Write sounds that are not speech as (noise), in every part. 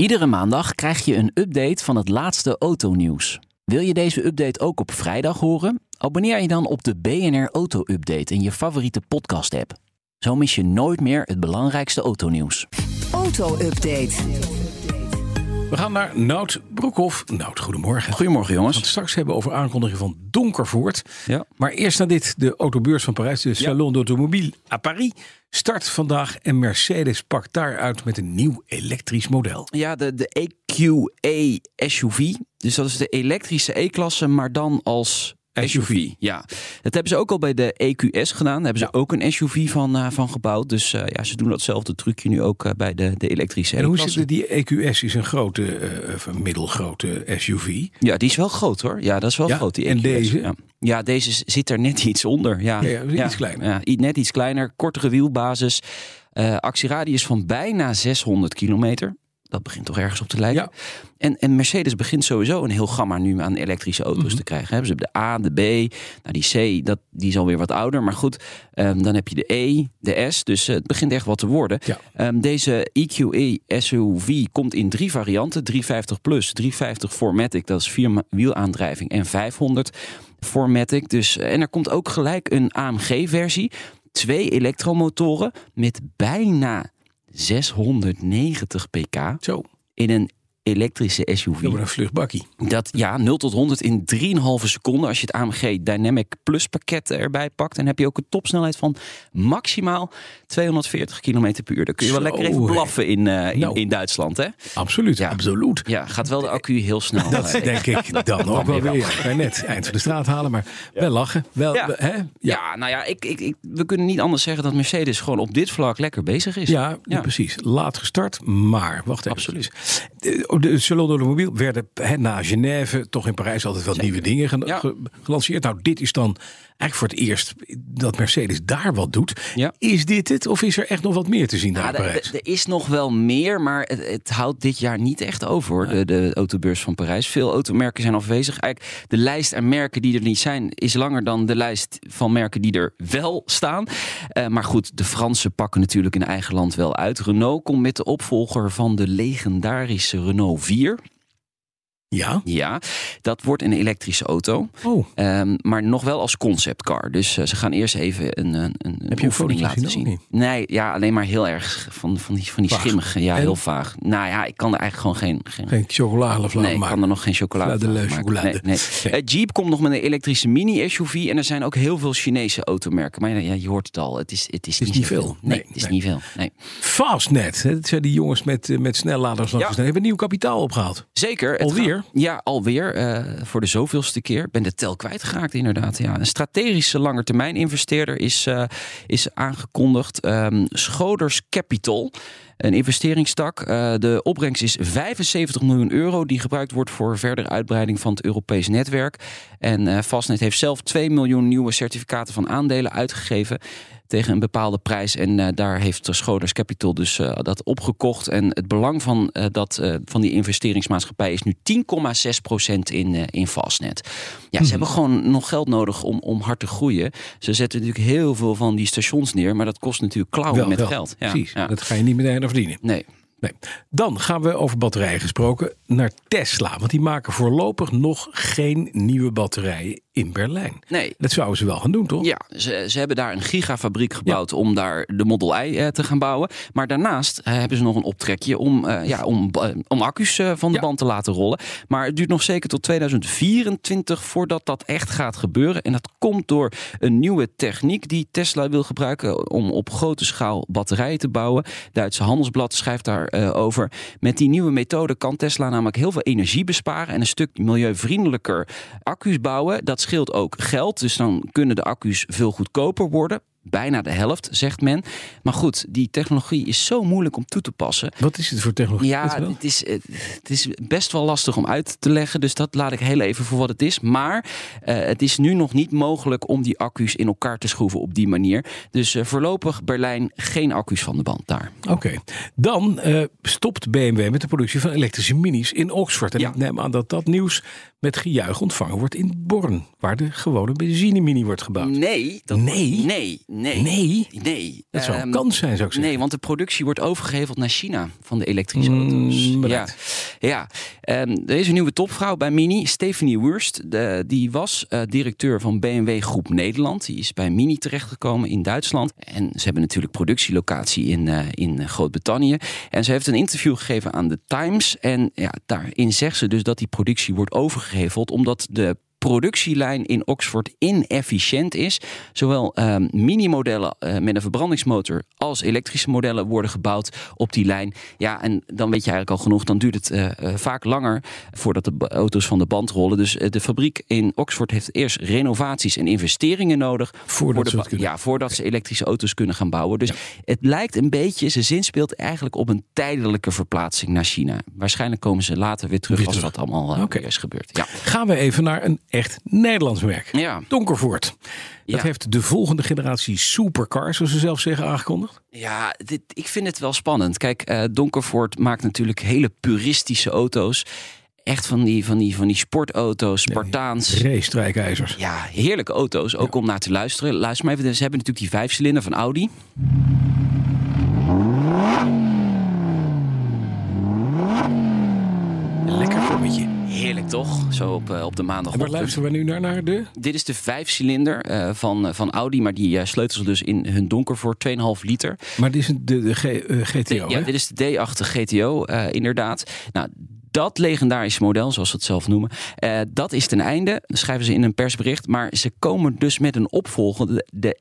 Iedere maandag krijg je een update van het laatste autonieuws. Wil je deze update ook op vrijdag horen? Abonneer je dan op de BNR Auto Update in je favoriete podcast-app. Zo mis je nooit meer het belangrijkste autonieuws. Auto-update. We gaan naar Nout Broekhoff. Nout, goedemorgen. Goedemorgen We gaan het jongens. straks hebben over aankondiging van Donkervoort. Ja. Maar eerst naar dit. De autobeurs van Parijs, de Salon d'Automobile à Paris, start vandaag. En Mercedes pakt daaruit met een nieuw elektrisch model. Ja, de, de E EQE SUV. Dus dat is de elektrische E-klasse, maar dan als SUV. SUV. Ja, dat hebben ze ook al bij de EQS gedaan. Daar hebben ze ook een SUV van, eh, van gebouwd. Dus eh, ja, ze doen datzelfde trucje nu ook eh, bij de, de elektrische En hoe E-klasse. zit het? Die EQS is een grote, eh, of een middelgrote SUV. Ja, die is wel groot hoor. Ja, dat is wel Ja, groot. Die en EQS. deze? Ja. Ja, deze s- zit er net iets onder. Ja, Ja, ja, iets kleiner. ja, i- net iets kleiner, kortere wielbasis. eh actieradius van bijna 600 kilometer. Dat begint toch ergens op te Ja. lijken. En, en Mercedes begint sowieso een heel gamma nu aan elektrische auto's Mhm. te krijgen. hè. Ze hebben de A, de B, nou die C, dat, die is alweer wat ouder. Maar goed, ehm, dan heb je de E, de S. Dus eh, het begint echt wat te worden. Ja. Ehm, deze E EQE SUV komt in drie varianten. 350 plus, 350 Formatic, dat is vier wielaandrijving. En 500 Formatic. Dus, eh, en er komt ook gelijk een AMG-versie. Twee elektromotoren met bijna 690 pk Zo, in een elektrische SUV. we een vluchtbakkie. Dat ja, 0 tot 100 in 3,5 seconden. Als je het AMG Dynamic Plus pakket erbij pakt, dan heb je ook een topsnelheid van maximaal 240 km per uur. Daar kun je wel Zo, lekker even hè. blaffen in, eh, in, Nou. in Duitsland. Hè? Absoluut, Ja. absoluut. Ja, gaat wel de accu heel snel. Dat eh, denk ik (laughs) dan ook wel weer. Ja, net eind van de straat halen, maar wel lachen. Wel, Ja. wel, Hè? Ja, nou ja, ik, ik, ik- we kunnen niet anders zeggen dat Mercedes gewoon op dit vlak lekker bezig is. Ja, Ja. precies. Laat gestart, maar wacht even. Absoluut. De, de Salon de l'Automobile werden hè, na Genève toch in Parijs altijd wat nieuwe dingen gen- Ja. ge- gelanceerd. Nou, dit is dan eigenlijk voor het eerst dat Mercedes daar wat doet. Ja. Ah, Is dit het of is er echt nog wat meer te zien daar Ja, in Parijs? Nou, er- er is nog wel meer, maar het, het houdt dit jaar niet echt over, hoor, de, de autobeurs van Parijs. Veel automerken zijn afwezig. Eigenlijk, de lijst aan merken die er niet zijn, is langer dan de lijst van merken die er wel staan. Eh, maar goed, de Fransen pakken natuurlijk in eigen land wel uit. Renault komt met de opvolger van de legendarische Renault 4. Ja. Ja, dat wordt een elektrische auto. Oh, Ehm, maar nog wel als conceptcar. Dus eh, ze gaan eerst even een, een, een een oefening fotootje laten gezien zien. of Nee, ja, alleen maar heel erg van, van die, van die Vaag. schimmige. Ja, En? heel vaag. Nou ja, ik kan er eigenlijk gewoon geen... geen... geen chocolade of Nee, ik maar. kan er nog geen chocolade van Fladele maken. chocolade. Nee, nee. Nee. Eh, Jeep komt nog met een elektrische mini-SUV. En er zijn ook heel veel Chinese automerken. Maar ja, ja, je hoort het al. Het is, het is, is niet zoveel. veel. Nee, Nee, het is nee. niet veel. Nee. Fastnet, hè, dat zijn die jongens met, eh, met snelladers langs de Ja. snelheid, hebben nieuw kapitaal opgehaald. Zeker. het Alweer? gaat- ja, alweer. eh, voor de zoveelste keer. Ik Ben de tel kwijtgeraakt inderdaad. Ja. Een strategische langetermijn investeerder is, eh, is aangekondigd. Ehm, Schoders Capital. Een investeringstak. Eh, de opbrengst is 75 miljoen euro. Die gebruikt wordt voor verdere uitbreiding van het Europees netwerk. En eh Fastnet heeft zelf 2 miljoen nieuwe certificaten van aandelen uitgegeven. Tegen een bepaalde prijs. En eh, daar heeft Schoders Capital dus eh, dat opgekocht. En het belang van, eh, dat, eh, van die investeringsmaatschappij is nu 10,6% in, eh, in Fastnet. Ja, Hmm. ze hebben gewoon nog geld nodig om, om hard te groeien. Ze zetten natuurlijk heel veel van die stations neer. Maar dat kost natuurlijk klauwen Wel, Oh, met wel. geld. Ja, Precies, ja. dat ga je niet meteen aan verdienen. Nee. Nee. Dan gaan we over batterijen gesproken naar Tesla. Want die maken voorlopig nog geen nieuwe batterijen in Berlijn. Nee. Dat zouden ze wel gaan doen, toch? Ja, ze, ze hebben daar een gigafabriek gebouwd om daar de Model I eh, te gaan bouwen. Maar daarnaast eh, hebben ze nog een optrekje om, eh, ja, om, eh, om accu's eh, van de Ja. band te laten rollen. Maar het duurt nog zeker tot 2024 voordat dat echt gaat gebeuren. En dat komt door een nieuwe techniek die Tesla wil gebruiken eh, om op grote schaal batterijen te bouwen. Duitse Handelsblad schrijft daarover. over. Met die nieuwe methode kan Tesla namelijk heel veel energie besparen en een stuk milieuvriendelijker accu's bouwen. Dat scheelt ook geld, dus dan kunnen de accu's veel goedkoper worden. bijna de helft, zegt men. Maar goed, die technologie is zo moeilijk om toe te passen. Wat is het voor technologie? Weet je Ja, wel? het is, eh, het is best wel lastig om uit te leggen. Dus dat laat ik heel even voor wat het is. Maar eh, het is nu nog niet mogelijk om die accu's in elkaar te schroeven op die manier. Dus eh, voorlopig Berlijn geen accu's van de band daar. Oké. Dan eh, stopt BMW met de productie van elektrische minis in Oxford. En Ja. ik neem aan dat dat nieuws met gejuich ontvangen wordt in Born. Waar de gewone benzinemini wordt gebouwd. Nee. Dat, Nee? Nee. Nee. Nee? Nee. Dat zou een Ehm, kans zijn, zou ik zeggen. Nee, want de productie wordt overgeheveld naar China van de elektrische Mm, auto's. Ja, bedankt. ja. Ehm, er is een nieuwe topvrouw bij Mini, Stephanie Wurst. De- die was eh, directeur van BMW Groep Nederland. Die is bij Mini terechtgekomen in Duitsland. En ze hebben natuurlijk productielocatie in, eh, in Groot-Brittannië. En ze heeft een interview gegeven aan de Times. En ja, daarin zegt ze dus dat die productie wordt overgeheveld omdat de productielijn in Oxford inefficiënt is. Zowel eh, mini-modellen eh, met een verbrandingsmotor als elektrische modellen worden gebouwd op die lijn. Ja, en dan weet je eigenlijk al genoeg. Dan duurt het eh, eh, vaak langer voordat de ba- auto's van de band rollen. Dus eh, de fabriek in Oxford heeft eerst renovaties en investeringen nodig. Voordat voor de ze ba- het kunnen. Ja, voordat ze elektrische auto's kunnen gaan bouwen. Dus het lijkt een beetje, ze zinspeelt eigenlijk op een tijdelijke verplaatsing naar China. Waarschijnlijk komen ze later weer terug Weer als terug. dat allemaal eh, Oké. weer is gebeurd. Ja. Gaan we even naar een echt Nederlands merk. Ja. Donkervoort. Dat Ja. heeft de volgende generatie supercars, zoals ze zelf zeggen, aangekondigd. Ja, dit, ik vind het wel spannend. Kijk, eh Donkervoort maakt natuurlijk hele puristische auto's. Echt van die, van die, van die sportauto's, Spartaans. Race strijkijzers. Ja, heerlijke auto's. Ook om naar te luisteren. Luister maar even. Ze hebben natuurlijk die vijfcilinder van Audi. Lekker gommetje. Heerlijk toch? Zo op, eh, op de maandag. En waar luisteren we nu naar? naar de... Dit is de vijfcilinder eh, van, van Audi. Maar die eh, sleutelen ze dus in hun donker voor 2,5 liter. Maar dit is de, de G- eh, GTO, ja, hè? dit is de D8 GTO, eh, inderdaad. Nou, dat legendarische model, zoals ze het zelf noemen, eh, dat is ten einde, schrijven ze in een persbericht. Maar ze komen dus met een opvolger, de, de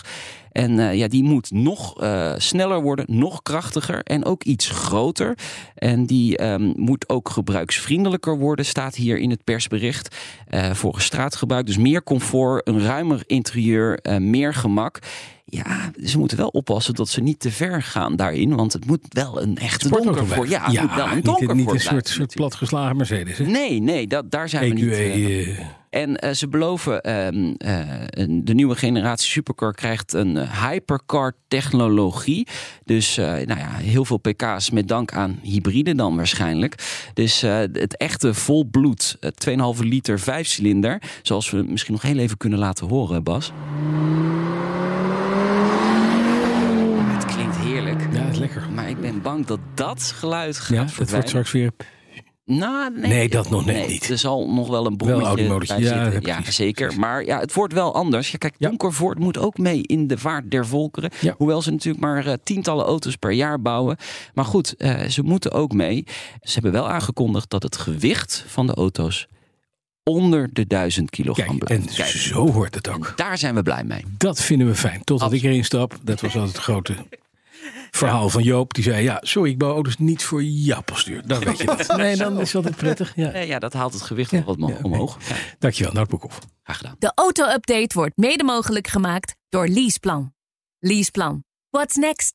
F22. En eh, ja, die moet nog eh, sneller worden, nog krachtiger en ook iets groter. En die ehm, moet ook gebruiksvriendelijker worden, staat hier in het persbericht. eh, voor straatgebruik, dus meer comfort, een ruimer interieur, eh, meer gemak. Ja, ze moeten wel oppassen dat ze niet te ver gaan daarin. Want het moet wel een echte Sportauto donker voor. blijven. Ja, het moet wel een niet- donker niet, voor een soort, blijven soort natuurlijk. platgeslagen Mercedes, hè? Nee, nee, dat, daar zijn we EQE. niet. eh, eh, en eh, ze beloven, ehm, eh, een- de nieuwe generatie supercar krijgt een eh, hypercar technologie. Dus eh, nou ja, heel veel pk's met dank aan hybride dan waarschijnlijk. Dus eh, het echte volbloed, eh, 2,5 liter vijfcilinder. Zoals we misschien nog heel even kunnen laten horen, Bas. Het klinkt heerlijk. ja, dat is lekker. Maar ik ben bang dat dat geluid gaat Ja, dat wordt verdwijnen. straks weer... Nou, nee, Nee, dat nog net Nee, niet. Er zal nog wel een Wel een brommetje bij automotortje. Ja, zitten. ja, Ja, precies, zeker. Maar ja, het wordt wel anders. Ja, kijk, Ja. Donkervoort moet ook mee in de vaart der volkeren. Ja. Hoewel ze natuurlijk maar eh, tientallen auto's per jaar bouwen. Maar goed, eh, ze moeten ook mee. Ze hebben wel aangekondigd dat het gewicht van de auto's onder de 1000 kilogram Kijk, en blijft. Kijk, zo hoort het ook. daar zijn we blij mee. Dat vinden we fijn. Totdat Absoluut. ik erin stap. Dat was altijd het grote verhaal van Joop. Die zei, ja, sorry, ik bouw auto's niet voor jouw postuur. Dan weet je dat. (laughs) Nee, dan is altijd prettig. Ja. Eh, ja, dat haalt het gewicht wel wat mo- ja, oké. omhoog. Ja, Dankjewel, Nout Broekhoff. graag gedaan. De auto-update wordt mede mogelijk gemaakt door Leaseplan. Leaseplan. What's next?